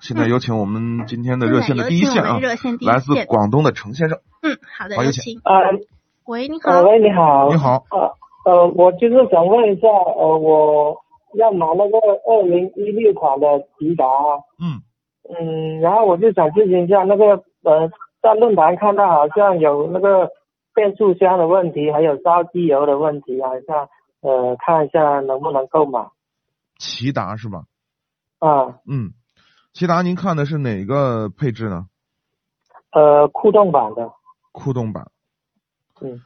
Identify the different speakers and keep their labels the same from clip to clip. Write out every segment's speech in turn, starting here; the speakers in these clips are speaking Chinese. Speaker 1: 现在有请我们今天的热线的第一线啊
Speaker 2: 嗯现在有请我们，热线第一
Speaker 1: 来自
Speaker 2: 线
Speaker 1: 广东的程先生。
Speaker 2: 嗯，好的，
Speaker 1: 好有
Speaker 2: 有
Speaker 1: 请
Speaker 2: 请。
Speaker 3: 啊，
Speaker 2: 喂，你好。
Speaker 3: 呃，喂，你好。
Speaker 1: 你。好，
Speaker 3: 呃呃，我就是想问一下，呃，我要买那个二零一六款的迪达，
Speaker 1: 嗯，
Speaker 3: 嗯，然后我就想咨询一下那个，呃，在论坛看到好像有那个变速箱的问题，还有烧机油的问题，好像呃，看一下能不能购买
Speaker 1: 骐达是吧？
Speaker 3: 啊，
Speaker 1: 嗯，骐达您看的是哪个配置呢？
Speaker 3: 呃，酷动版的，
Speaker 1: 酷动版。
Speaker 3: 嗯，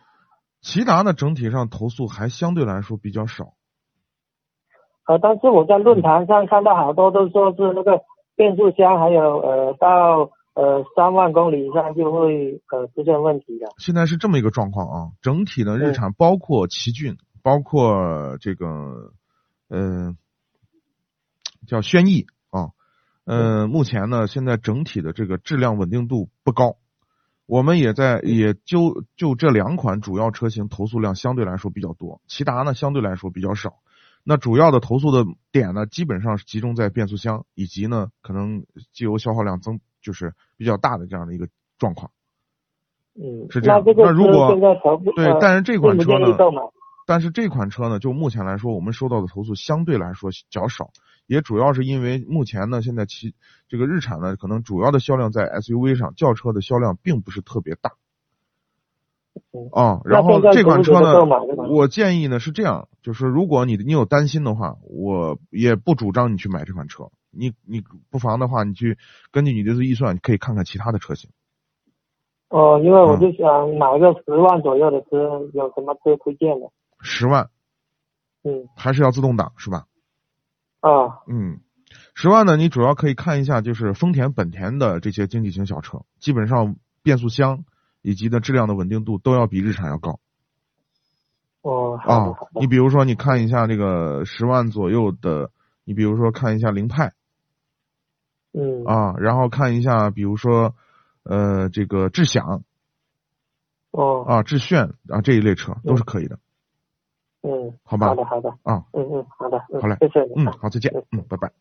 Speaker 1: 骐达呢，整体上投诉还相对来说比较少。
Speaker 3: 呃，但是我在论坛上看到好多都说是那个变速箱，还有呃到呃三万公里以上就会呃出现问题的。
Speaker 1: 现在是这么一个状况啊，整体呢，日
Speaker 3: 嗯
Speaker 1: 产包括奇骏，包括这个，呃，叫轩逸啊，呃，目前呢，现在整体的这个质量稳定度不高，我们也在也就就这两款主要车型投诉量相对来说比较多，骐达呢相对来说比较少。那主要的投诉的点呢，基本上是集中在变速箱以及呢可能机油消耗量增就是比较大的这样的一个状况。
Speaker 3: 嗯，
Speaker 1: 是这样
Speaker 3: 那这个
Speaker 1: 那如果
Speaker 3: 车现在投不
Speaker 1: 对
Speaker 3: 呃，
Speaker 1: 但是这款
Speaker 3: 建不
Speaker 1: 车
Speaker 3: 建议
Speaker 1: 呢，
Speaker 3: 购买？
Speaker 1: 但是这款车呢，就目前来说，我们收到的投诉相对来说较少，也主要是因为目前呢，现在其这个日产呢，可能主要的销量在 SUV 上，轿车的销量并不是特别大。
Speaker 3: 嗯
Speaker 1: 啊，
Speaker 3: 那
Speaker 1: 然后
Speaker 3: 现在
Speaker 1: 这款
Speaker 3: 值不
Speaker 1: 车
Speaker 3: 值得购买
Speaker 1: 呢
Speaker 3: 这，款
Speaker 1: 我建议呢是这样，就是如果你你有担心的话，我也不主张你去买这款车。你你不妨的话，你去根据你的预算，你可以看看其他的车型。
Speaker 3: 哦，因为
Speaker 1: 嗯
Speaker 3: 我就想买一个十万左右的车，有什么车推荐的？
Speaker 1: 十万
Speaker 3: 嗯，
Speaker 1: 还是要自动挡是吧？
Speaker 3: 啊，
Speaker 1: 嗯，十万呢，你主要可以看一下就是丰田、本田的这些经济型小车，基本上变速箱以及的质量的稳定度都要比日产要高
Speaker 3: 哦，好
Speaker 1: 啊
Speaker 3: 的，好。
Speaker 1: 你
Speaker 3: 的，
Speaker 1: 比如说，你看一下这个十万左右的，你比如说看一下凌派
Speaker 3: 嗯，
Speaker 1: 啊，然后看一下比如说呃这个智享
Speaker 3: 哦，
Speaker 1: 啊、致炫啊这一类车都是可以的
Speaker 3: 嗯，
Speaker 1: 好吧
Speaker 3: 好的，好的，
Speaker 1: 啊。
Speaker 3: 嗯嗯，好的，
Speaker 1: 好嘞
Speaker 3: 谢谢你
Speaker 1: 嗯
Speaker 3: 啊，
Speaker 1: 好，再见，嗯，拜拜。